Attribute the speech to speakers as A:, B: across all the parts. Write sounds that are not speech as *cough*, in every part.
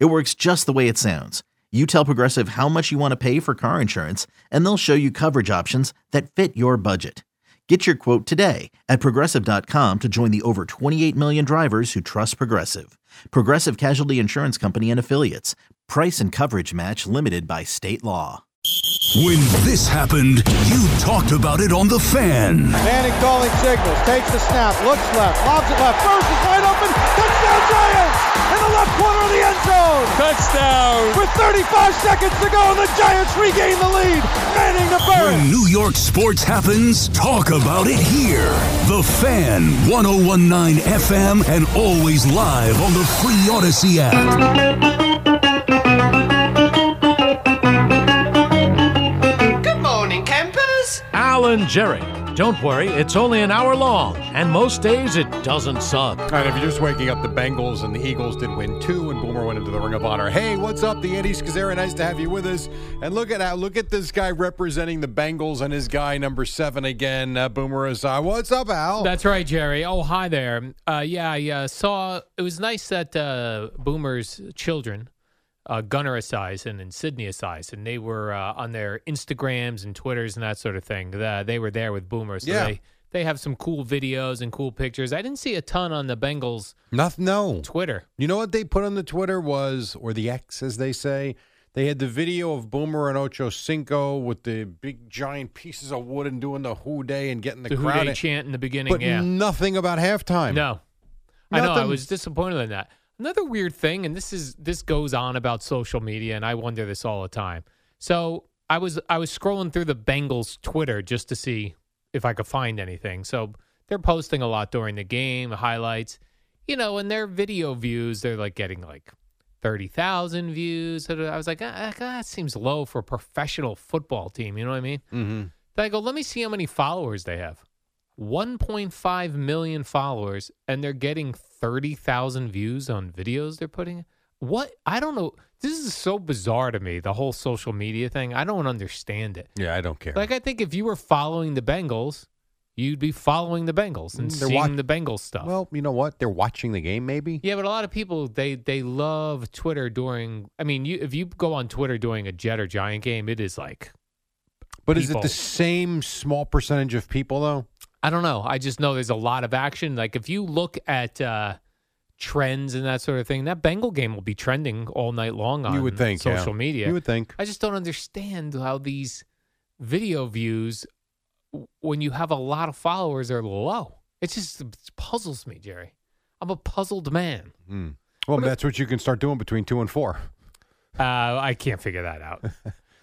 A: It works just the way it sounds. You tell Progressive how much you want to pay for car insurance, and they'll show you coverage options that fit your budget. Get your quote today at progressive.com to join the over 28 million drivers who trust Progressive. Progressive Casualty Insurance Company and Affiliates. Price and coverage match limited by state law.
B: When this happened, you talked about it on The Fan.
C: Manning calling signals, takes the snap, looks left, lobs it left, first is wide open, touchdown Giants! In the left corner of the end zone!
D: Touchdown!
C: With 35 seconds to go, the Giants regain the lead! Manning to
B: When
C: Burris!
B: New York sports happens, talk about it here. The Fan, 1019 FM, and always live on the Free Odyssey app.
E: Good morning, campers.
D: Alan Jerry. Don't worry, it's only an hour long, and most days it doesn't suck.
F: All right, if you're just waking up, the Bengals and the Eagles did win two, and Boomer went into the Ring of Honor. Hey, what's up, the Andy Scazzera? Nice to have you with us. And look at how look at this guy representing the Bengals and his guy number seven again, uh, Boomer Asai. What's up, Al?
G: That's right, Jerry. Oh, hi there. Uh, yeah, I uh, saw. It was nice that uh, Boomer's children, uh, Gunnar Esiason and Sydney Esiason, and they were uh, on their Instagrams and Twitters and that sort of thing. Uh, they were there with Boomer, so
F: Yeah.
G: they they have some cool videos and cool pictures. I didn't see a ton on the Bengals
F: nothing. No,
G: Twitter.
F: you know what they put on the Twitter was, or the X as they say, they had the video of Boomer and Ocho Cinco with the big giant pieces of wood and doing the who day and getting the,
G: The, Who
F: crowd,
G: Dey
F: in,
G: chant in the beginning.
F: but
G: yeah,
F: nothing about halftime.
G: No. I know. I
F: Nothing.
G: was disappointed in that. Another weird thing, and this is this goes on about social media, and I wonder this all the time. So I was I was scrolling through the Bengals Twitter just to see if I could find anything. So they're posting a lot during the game, highlights, you know, and their video views they're like getting like thirty thousand views. So I was like, ah, ah, that seems low for a professional football team. You know what I mean?
F: Mm-hmm.
G: Then I go, let me see how many followers they have. 1.5 million followers, and they're getting 30,000 views on videos they're putting. What? I don't know. This is so bizarre to me, the whole social media thing. I don't understand it.
F: Yeah, I don't care.
G: Like, I think if you were following the Bengals, you'd be following the Bengals and
F: Mm, they're
G: seeing
F: wa-
G: the Bengals stuff.
F: Well, you know what? They're watching the game, maybe.
G: Yeah, but a lot of people they they love Twitter during. I mean, you if you go on Twitter during a Jet or Giant game, it is like
F: But is it the
G: people.
F: same small percentage of people though?
G: I don't know. I just know there's a lot of action. Like if you look at uh, trends and that sort of thing, that Bengal game will be trending all night long on
F: you would think yeah.
G: social media.
F: You would think.
G: I just don't understand how these video views, w- when you have a lot of followers, are low. It just it puzzles me, Jerry. I'm a puzzled
F: *laughs*
G: man.
F: Well, that's what you can start doing between two and four.
G: Uh, I can't figure that out.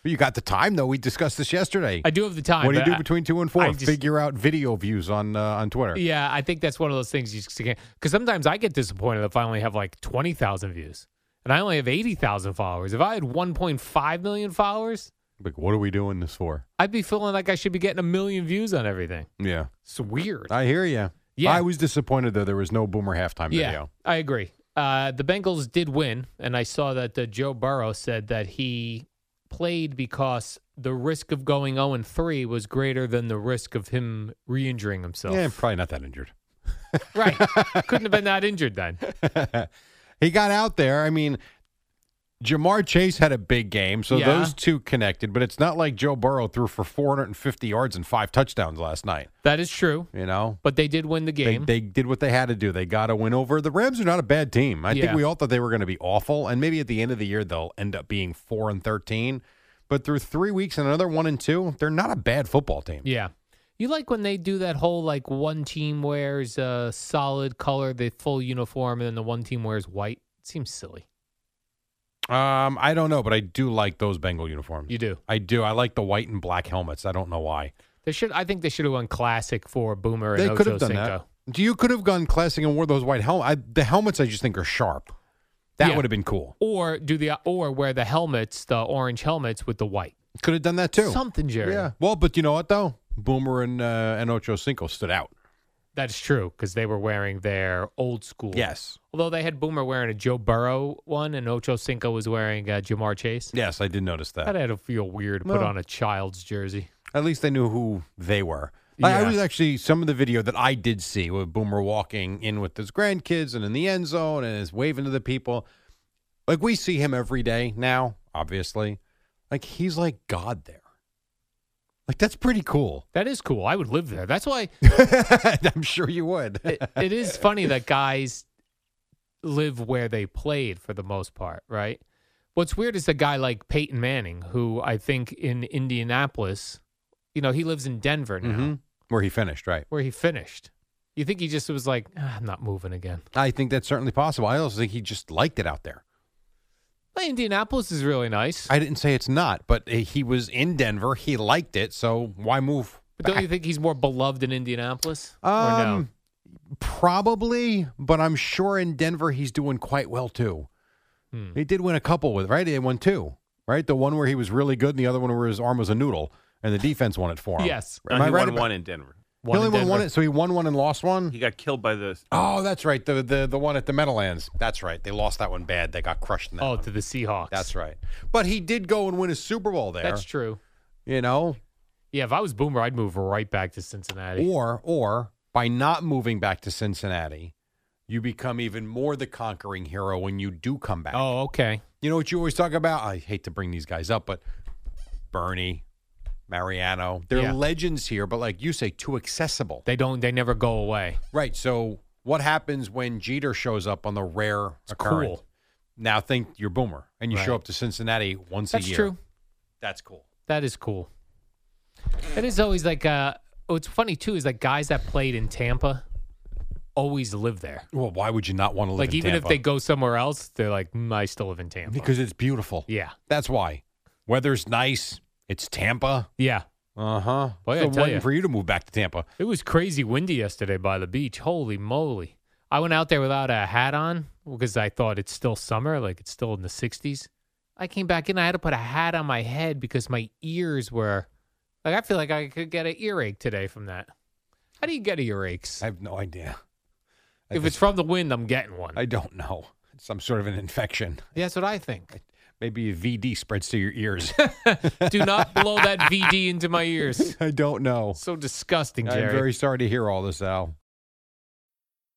F: But you got the time though. We discussed this yesterday.
G: I do have the time.
F: what do you
G: but
F: do
G: I-
F: between two and four?
G: I just-
F: Figure out video views on uh, on Twitter.
G: Yeah, I think that's one of those things you just can't. Because sometimes I get disappointed if I only have like 20,000 views and I only have 80,000 followers. If I had 1.5 million followers,
F: Like, what are we doing this for?
G: I'd be feeling like I should be getting a million views on everything.
F: Yeah,
G: It's weird.
F: I hear you.
G: Yeah.
F: I was disappointed though. There was no Boomer halftime
G: yeah,
F: video.
G: I agree. Uh, the Bengals did win, and I saw that uh, Joe Burrow said that he played because the risk of going 0 and 3 was greater than the risk of him re injuring himself.
F: Yeah, probably not that injured.
G: Right. Couldn't have been that injured then.
F: he got out there. I mean, Jamar Chase had a big game, so
G: Yeah.
F: those two connected. But it's not like Joe Burrow threw for 450 yards and five touchdowns last night.
G: That is true,
F: You know,
G: but they did win the
F: they,
G: game.
F: they did what they had to do. They got a win over the Rams. Are not a bad team. I think
G: Yeah.
F: we all thought they were going to be awful, and maybe at the end of the year they'll end up being four and 13. But through three weeks and another one and two, they're not a bad football team.
G: Yeah. You like when they do that whole like one team wears a solid color, the full uniform, and then the one team wears white. It seems silly.
F: Um, I don't know, but I do like those Bengal uniforms.
G: You do.
F: I do. I like the white and black helmets. I don't know why.
G: They should. I think they should have won classic for Boomer and
F: They
G: Ocho
F: could have done
G: Cinco.
F: that. You could have gone classic and wore those white helmets. The helmets I just think are sharp. That
G: Yeah.
F: would have been cool.
G: or do the or wear the helmets, the orange helmets with the white.
F: Could have done that too.
G: Something, Jerry.
F: Yeah. Well, but you know what though? Boomer and uh, and Ocho Cinco stood out.
G: That's true because they were wearing their old school.
F: Yes.
G: Although they had Boomer wearing a Joe Burrow one, and Ocho Cinco was wearing uh, Jamar Chase.
F: Yes, I did notice that.
G: That had to feel weird to put
F: Well.
G: on a child's jersey.
F: At least they knew who they were. I, I
G: Yeah.
F: was actually some of the video that I did see with Boomer walking in with his grandkids and in the end zone and is waving to the people. Like we see him every day now, obviously. Like he's like God there. Like that's pretty cool. *laughs*
G: That is cool. I would live there. That's why
F: I'm sure you would.
G: it,
F: *laughs*
G: it is funny that guys live where they played for the most part, right? What's weird is a guy like Peyton Manning, who I think in Indianapolis, you know, he lives in Denver now,
F: Mhm. Where he finished, right?
G: where he finished. You think he just was like, "Ah, I'm not moving again.
F: I think that's certainly possible. I also think he just liked it out there.
G: But Indianapolis is really nice.
F: I didn't say it's not, but he was in Denver. He liked it, so why move?
G: but don't you think he's more beloved in Indianapolis? or no?
F: Um, Probably, but I'm sure in Denver he's doing quite well too.
G: Hmm.
F: He did win a couple with right. He won two, right? The one where he was really good, and the other one where his arm was a noodle, and the defense won it for him.
G: Yes.
F: Am I
H: Uh, he
F: right
H: won
F: about-
H: one in Denver.
F: He only
G: in
F: won one,
G: Denver.
F: so he won one and lost one.
H: He got killed by the
F: Oh, that's right. The the the one at the Meadowlands. That's right. They lost that one bad. They got crushed in that.
G: Oh,
F: one.
G: to the Seahawks.
F: that's right. But he did go and win a Super Bowl there.
G: That's true.
F: You know,
G: Yeah, if I was Boomer, I'd move right back to Cincinnati.
F: Or or by not moving back to Cincinnati, you become even more the conquering hero when you do come back.
G: Oh, okay.
F: You know what you always talk about? I hate to bring these guys up, but Bernie, Mariano, they're
G: Yeah.
F: legends here, but like you say, too accessible.
G: They don't. They never go away.
F: right. So what happens when Jeter shows up on the rare
G: It's
F: occurrence?
G: cool.
F: Now think you're Boomer and you show
G: Right.
F: up to Cincinnati once
G: That's
F: a year.
G: true.
F: That's cool.
G: That is cool. It is always like. Uh, what's funny too is like guys that played in Tampa always live there.
F: Well, why would you not want to live
G: Like
F: in
G: even if
F: Tampa?
G: they go somewhere else, they're like, mm, I still live in Tampa.
F: because it's beautiful.
G: yeah,
F: That's why. Weather's nice. It's Tampa.
G: yeah.
F: Uh huh.
G: Boy, I
F: Still
G: tell
F: waiting
G: ya.
F: for you to move back to Tampa.
G: It was crazy windy yesterday by the beach. Holy moly! I went out there without a hat on because I thought it's still summer, like it's still in the 60s. I came back in, I had to put a hat on my head because my ears were like I feel like I could get an earache today from that. How do you get earaches?
F: I have no idea. I
G: if it's
F: just-
G: from the wind, I'm getting one.
F: I don't know. Some sort of an infection.
G: That's what I think.
F: Maybe a VD spreads to your ears.
G: Do not blow that VD into my ears.
F: *laughs* I don't know.
G: So disgusting, Jerry.
F: I'm very sorry to hear all this, Al.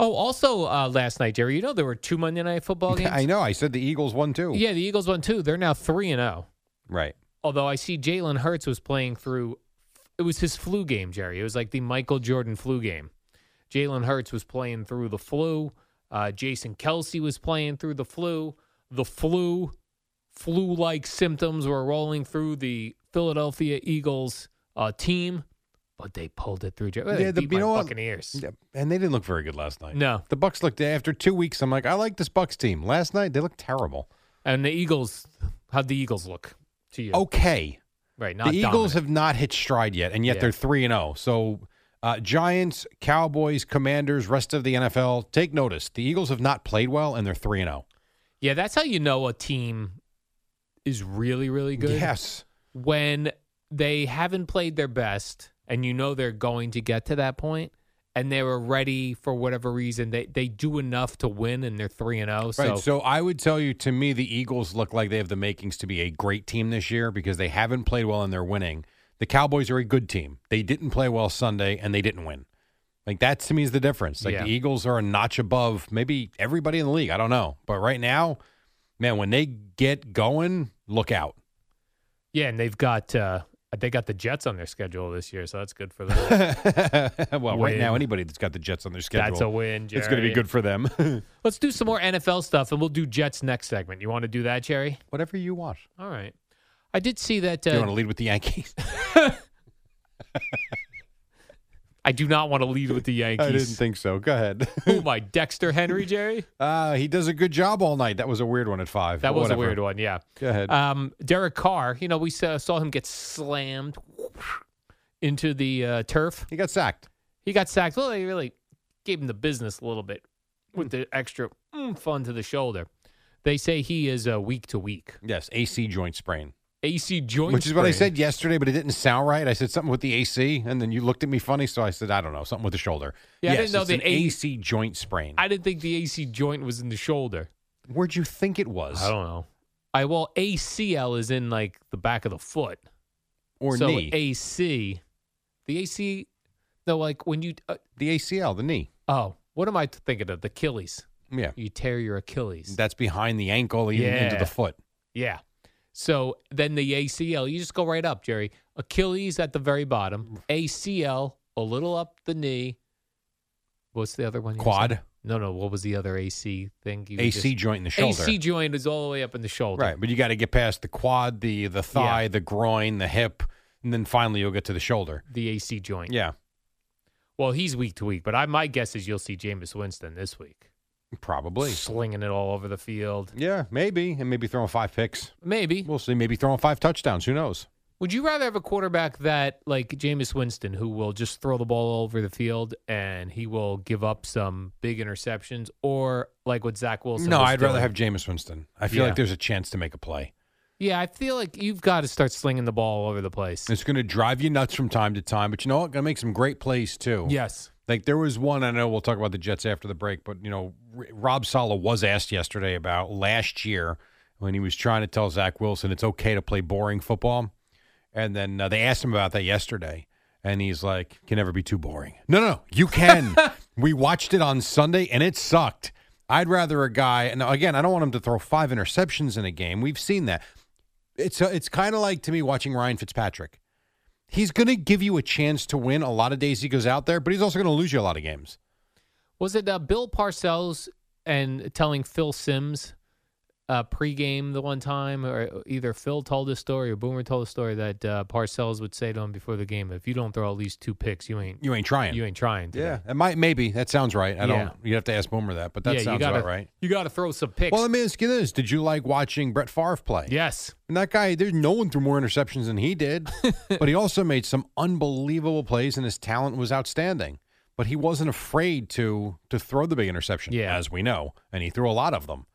G: oh, also uh, last night, Jerry, you know there were two Monday night football games.
F: *laughs* I know. I said the Eagles won too.
G: Yeah, the Eagles won too. They're now three and oh. zero.
F: Right.
G: Although I see Jalen Hurts was playing through, it was his flu game, Jerry. It was like the Michael Jordan flu game. Jalen Hurts was playing through the flu. Uh, Jason Kelsey was playing through the flu. The flu, flu like symptoms were rolling through the Philadelphia Eagles uh, team, but they pulled it through. Jerry. They
F: Yeah, the-
G: beat
F: you
G: my
F: know what?
G: Buccaneers.
F: Yeah, And they didn't look very good last night.
G: No.
F: The Bucks looked after two weeks. I'm like, I like this Bucks team. Last night they looked terrible.
G: And the Eagles, how'd the Eagles look to you?
F: Okay.
G: right.
F: Oh, the
G: Not
F: Eagles
G: dominant.
F: have not hit stride yet, and yet
G: Yeah.
F: they're three and zero. So, uh, Giants, Cowboys, Commanders, rest of the NFL, take notice. The Eagles have not played well, and they're three and oh. zero.
G: Yeah, that's how you know a team is really, really good.
F: Yes,
G: when they haven't played their best and you know they're going to get to that point and they were ready for whatever reason they they do enough to win and they're 3 and 0 so,
F: right. So I would tell you, to me, the Eagles look like they have the makings to be a great team this year because they haven't played well and they're winning. The Cowboys are a good team. They didn't play well Sunday, and they didn't win. Like that to me is the difference. Like
G: Yeah.
F: the Eagles are a notch above maybe everybody in the league. I don't know, but right now, man, when they get going, look out.
G: yeah and they've got uh They got the Jets on their schedule this year, so that's good for them.
F: well, right
G: Win.
F: now, anybody that's got the Jets on their *laughs* schedule,
G: That's a win,
F: It's going to be
G: Jerry.
F: good for them. *laughs*
G: Let's do some more NFL stuff, and we'll do Jets next segment. You want to do that, Jerry?
F: Whatever you want.
G: All right. I did see that. Uh,
F: You want to lead with
G: *laughs*
F: the Yankees?
G: I do not want to lead with the Yankees.
F: *laughs* I didn't think so. Go ahead. *laughs*
G: *laughs* Who am I, Dexter Henry, Jerry?
F: Uh, he does a good job all night. That was a weird one at five.
G: That
F: but
G: was
F: whatever.
G: a weird one, yeah.
F: Go ahead.
G: Um, Derek Carr, you know, we saw, saw him get slammed into the uh, turf.
F: He got sacked.
G: He got sacked. Well, they really gave him the business a little bit with the extra mm, fun to the shoulder. They say he is uh, week to week.
F: Yes, AC joint sprain,
G: AC joint,
F: which is what I
G: sprain.
F: said yesterday, but it didn't sound right. I said something with the AC, and then you looked at me funny, so I said I don't know, something with the shoulder.
G: Yeah, I
F: Yes,
G: didn't know
F: it's
G: the
F: an
G: A-
F: AC joint sprain.
G: I didn't think the AC joint was in the shoulder.
F: Where'd you think it was?
G: I don't know. I well ACL is in like the back of the foot
F: or
G: so
F: knee?
G: AC, the AC, no, like when you uh,
F: the ACL, the knee.
G: oh, what am I thinking of? The Achilles.
F: Yeah,
G: You tear your Achilles.
F: that's behind the ankle, even into
G: Yeah.
F: the foot.
G: yeah. So then the ACL, you just go right up, Jerry. Achilles at the very bottom. ACL a little up the knee. What's the other one? you
F: Quad.
G: said? No, no. What was the other AC thing? you
F: AC
G: just-
F: joint in the shoulder.
G: AC joint is all the way up in the shoulder.
F: Right, but you got to get past the quad, the the thigh, the groin, the hip, and then finally you'll get to the shoulder.
G: The AC joint.
F: Yeah,
G: Well, he's week to week, but I my guess is you'll see Jameis Winston this week,
F: probably.
G: slinging it all over the field.
F: Yeah, maybe, and maybe throwing five picks.
G: Maybe.
F: We'll see. Maybe throwing five touchdowns. Who knows?
G: Would you rather have a quarterback that like Jameis Winston, who will just throw the ball all over the field and he will give up some big interceptions, or like what Zach Wilson?
F: no,
G: was
F: I'd rather
G: doing?
F: have Jameis Winston. I feel
G: Yeah.
F: like there's a chance to make a play.
G: Yeah, I feel like you've got to start slinging the ball all over the place.
F: It's going to drive you nuts from time to time, but you know what? Going to make some great plays too.
G: Yes.
F: Like there was one I know we'll talk about the Jets after the break, but you know R- Rob Sala was asked yesterday about last year when he was trying to tell Zach Wilson it's okay to play boring football, and then uh, they asked him about that yesterday, and he's like, "Can never be too boring." No, no, you can. we watched it on Sunday, and it sucked. I'd rather a guy, and again, I don't want him to throw five interceptions in a game. We've seen that. It's uh it's kind of like to me watching Ryan Fitzpatrick he's going to give you a chance to win a lot of days he goes out there, but he's also going to lose you a lot of games.
G: Was it uh, Bill Parcells and telling Phil Sims uh, pregame the one time, or either Phil told this story or Boomer told the story that uh, Parcells would say to him before the game, "If you don't throw at least two picks, you ain't
F: You ain't trying.
G: you ain't trying." Today.
F: yeah, it might maybe that sounds right.
G: Yeah.
F: I don't. You have to ask Boomer that, but that
G: yeah, you
F: sounds
G: gotta,
F: about right.
G: You got to throw some picks.
F: Well, let me ask you this: Did you like watching Brett Favre play?
G: yes.
F: And that guy, there's no one threw more interceptions than
G: *laughs*
F: he did, but he also made some unbelievable plays, and his talent was outstanding. But he wasn't afraid to to throw the big interception,
G: Yeah.
F: as we know, and he threw a lot of them.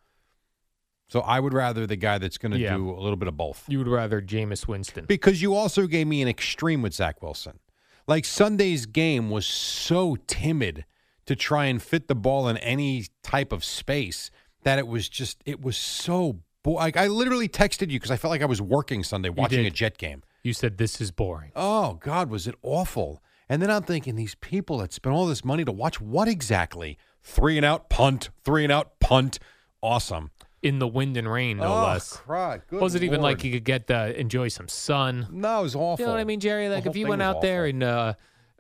F: So I would rather the guy that's going to
G: Yeah.
F: do a little bit of both.
G: You would rather Jameis Winston.
F: Because you also gave me an extreme with Zach Wilson. Like Sunday's game was so timid to try and fit the ball in any type of space that it was just it was so bo- like I literally texted you because I felt like I was working Sunday watching a
G: did.
F: Jet game.
G: you said this is boring.
F: Oh God, was it awful? And then I'm thinking these people that spend all this money to watch what exactly? Three and out punt, three and out punt. Awesome.
G: In the wind and rain, no
F: oh,
G: less.
F: crud, good
G: Wasn't even
F: Lord.
G: like you could get the enjoy some sun.
F: No, it was awful.
G: You know what I mean, Jerry?
F: The
G: Like
F: whole
G: if you
F: thing
G: went
F: was
G: out there
F: awful.
G: in uh,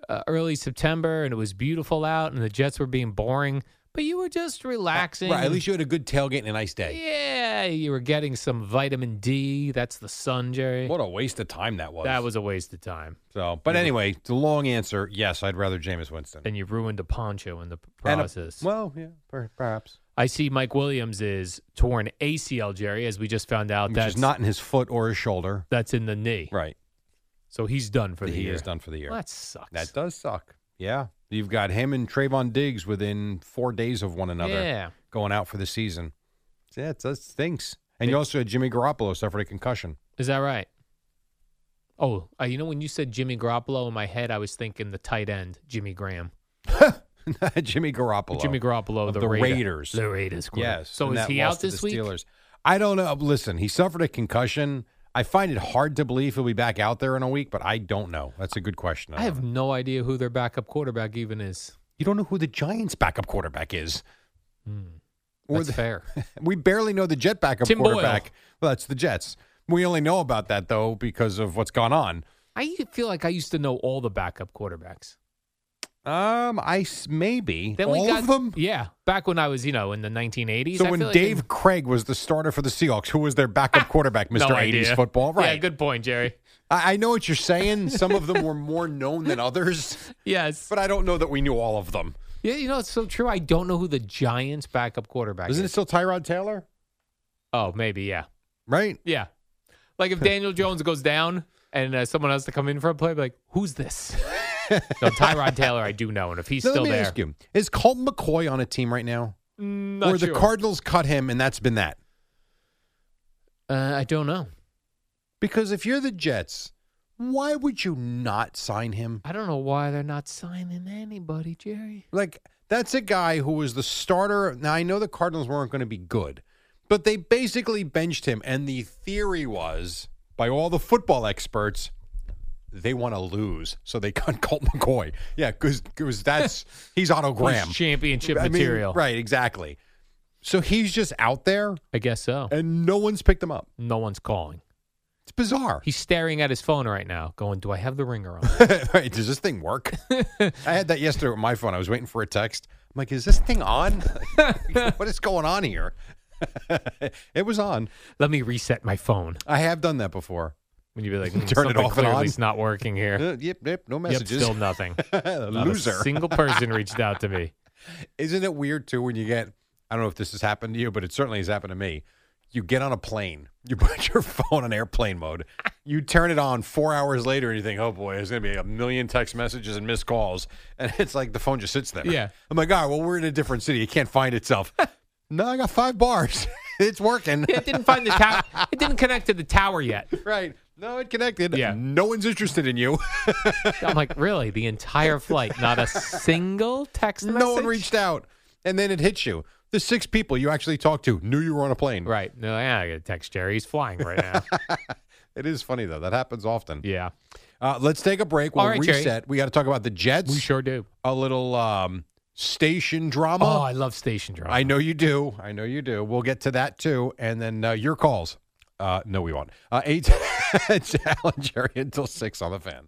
G: uh, early September and it was beautiful out and the Jets were being boring, but you were just relaxing.
F: Right. At least you had a good tailgate and a nice day.
G: yeah, you were getting some vitamin D. That's the sun, Jerry.
F: What a waste of time that was.
G: that was a waste of time.
F: so. But anyway, the long answer: yes, I'd rather Jameis Winston.
G: And you ruined a poncho in the p-
F: And a-
G: process.
F: well, yeah, per- perhaps.
G: I see Mike Williams is torn ACL, Jerry, as we just found out.
F: Which
G: that's
F: is not in his foot or his shoulder.
G: That's in the knee.
F: Right.
G: So he's done for the
F: he
G: year.
F: is done for the year.
G: Well, that sucks.
F: that does suck. Yeah. You've got him and Trayvon Diggs within four days of one another
G: Yeah.
F: going out for the season. Yeah, it does stinks. And you also had Jimmy Garoppolo suffered a concussion. *laughs*
G: Is that right? Oh, uh, you know when you said Jimmy Garoppolo in my head, I was thinking the tight end, Jimmy Graham.
F: Jimmy Garoppolo.
G: Jimmy Garoppolo,
F: Of
G: the,
F: the
G: Raider-
F: Raiders.
G: The Raiders. quarter-
F: Yes.
G: So
F: and
G: is
F: that
G: he
F: loss
G: out
F: to
G: this
F: the
G: week?
F: Steelers. I don't know. Listen, he suffered a concussion. I find it hard to believe he'll be back out there in a week, but I don't know. That's a good question. Uh,
G: I have no idea who their backup quarterback even is.
F: You don't know who the Giants' backup quarterback is. Hmm. Or
G: That's
F: the-
G: fair.
F: *laughs* We barely know the Jet backup
G: Tim Boyle.
F: quarterback. Well, that's the Jets. We only know about that though because of what's gone on.
G: I feel like I used to know all the backup quarterbacks.
F: Um, I s- maybe
G: Then
F: all
G: we got
F: of them.
G: Yeah, back when I was, you know, in the 1980s.
F: So
G: I
F: when
G: feel like
F: Dave
G: in-
F: Craig was the starter for the Seahawks, who was their *laughs* backup quarterback, Mister
G: no
F: 80s
G: idea.
F: football, right?
G: Yeah, good point, Jerry.
F: I, I know what you're saying. Some of them were more known than others,
G: Yes.
F: but I don't know that we knew all of them.
G: Yeah, you know, it's so true. I don't know who the Giants' backup quarterback
F: Isn't it
G: is.
F: still Tyrod Taylor?
G: Oh, maybe, yeah.
F: Right?
G: Yeah. Like
F: *laughs*
G: if Daniel Jones goes down and uh, someone has to come in for a play, I'd be like, who's this? no, Tyrod Taylor, I do know. And if he's
F: Now,
G: still
F: *laughs* let me
G: there,
F: ask you: Is Colt McCoy on a team right now,
G: Mm, not
F: or the
G: sure.
F: Cardinals cut him, and that's been that?
G: Uh, I don't know.
F: Because if you're the Jets, why would you not sign him?
G: I don't know why they're not signing anybody, Jerry.
F: Like that's a guy who was the starter. Now I know the Cardinals weren't going to be good, but they basically benched him and the theory was by all the football experts they want to lose, so they *laughs* cut Colt McCoy. Yeah, cuz that's he's Otto Graham.
G: He's championship
F: I mean,
G: material.
F: right, exactly. So he's just out there
G: I guess so.
F: and no one's picked him up.
G: No one's calling.
F: It's bizarre.
G: He's staring at his phone right now, going, Do I have the ringer
F: *laughs*
G: on?
F: right, does this thing work? I had that yesterday with my phone. I was waiting for a text. I'm like, is this thing on? *laughs* what is going on here? *laughs* it was on.
G: Let me reset my phone.
F: I have done that before.
G: When you be like, "Mm,
F: Turn it
G: something
F: off and
G: clearly
F: on."
G: It's not working
F: *laughs*
G: here.
F: Uh, yep, yep, no
G: Yep,
F: messages. *laughs*
G: still nothing. Not
F: Loser.
G: A single person reached out to me.
F: Isn't it weird too when you get? I don't know if this has happened to you, but it certainly has happened to me. You get on a plane, you *laughs* put your phone on airplane mode, you turn it on four hours later, and you think, "Oh boy, there's going to be a million text messages and missed calls," *laughs* and it's like the phone just sits there.
G: Yeah.
F: I'm like, "All right, well, we're in a different city; it can't
G: *laughs*
F: find itself." no, I got five bars. *laughs* it's working.
G: Yeah, *laughs* it didn't find the tower. It didn't connect to the tower yet.
F: *laughs* right. No, it connected.
G: Yeah.
F: No one's interested in you. *laughs*
G: I'm like, really? The entire flight, not a single text message.
F: no one reached out, and then it hits you. The six people you actually talked to knew you were on a plane.
G: Right? No, yeah, I got to text Jerry. He's flying right *laughs* now.
F: It is funny though; that happens often.
G: yeah,
F: Uh, let's take a break. We'll
G: All right, Jerry.
F: reset. We got to talk about the Jets.
G: we sure do.
F: A little um, station drama.
G: Oh, I love station drama.
F: I know you do. I know you do. We'll get to that too. And then uh, *laughs* your calls. Uh, no, we won't. Uh, eight challenge area until six on the fan.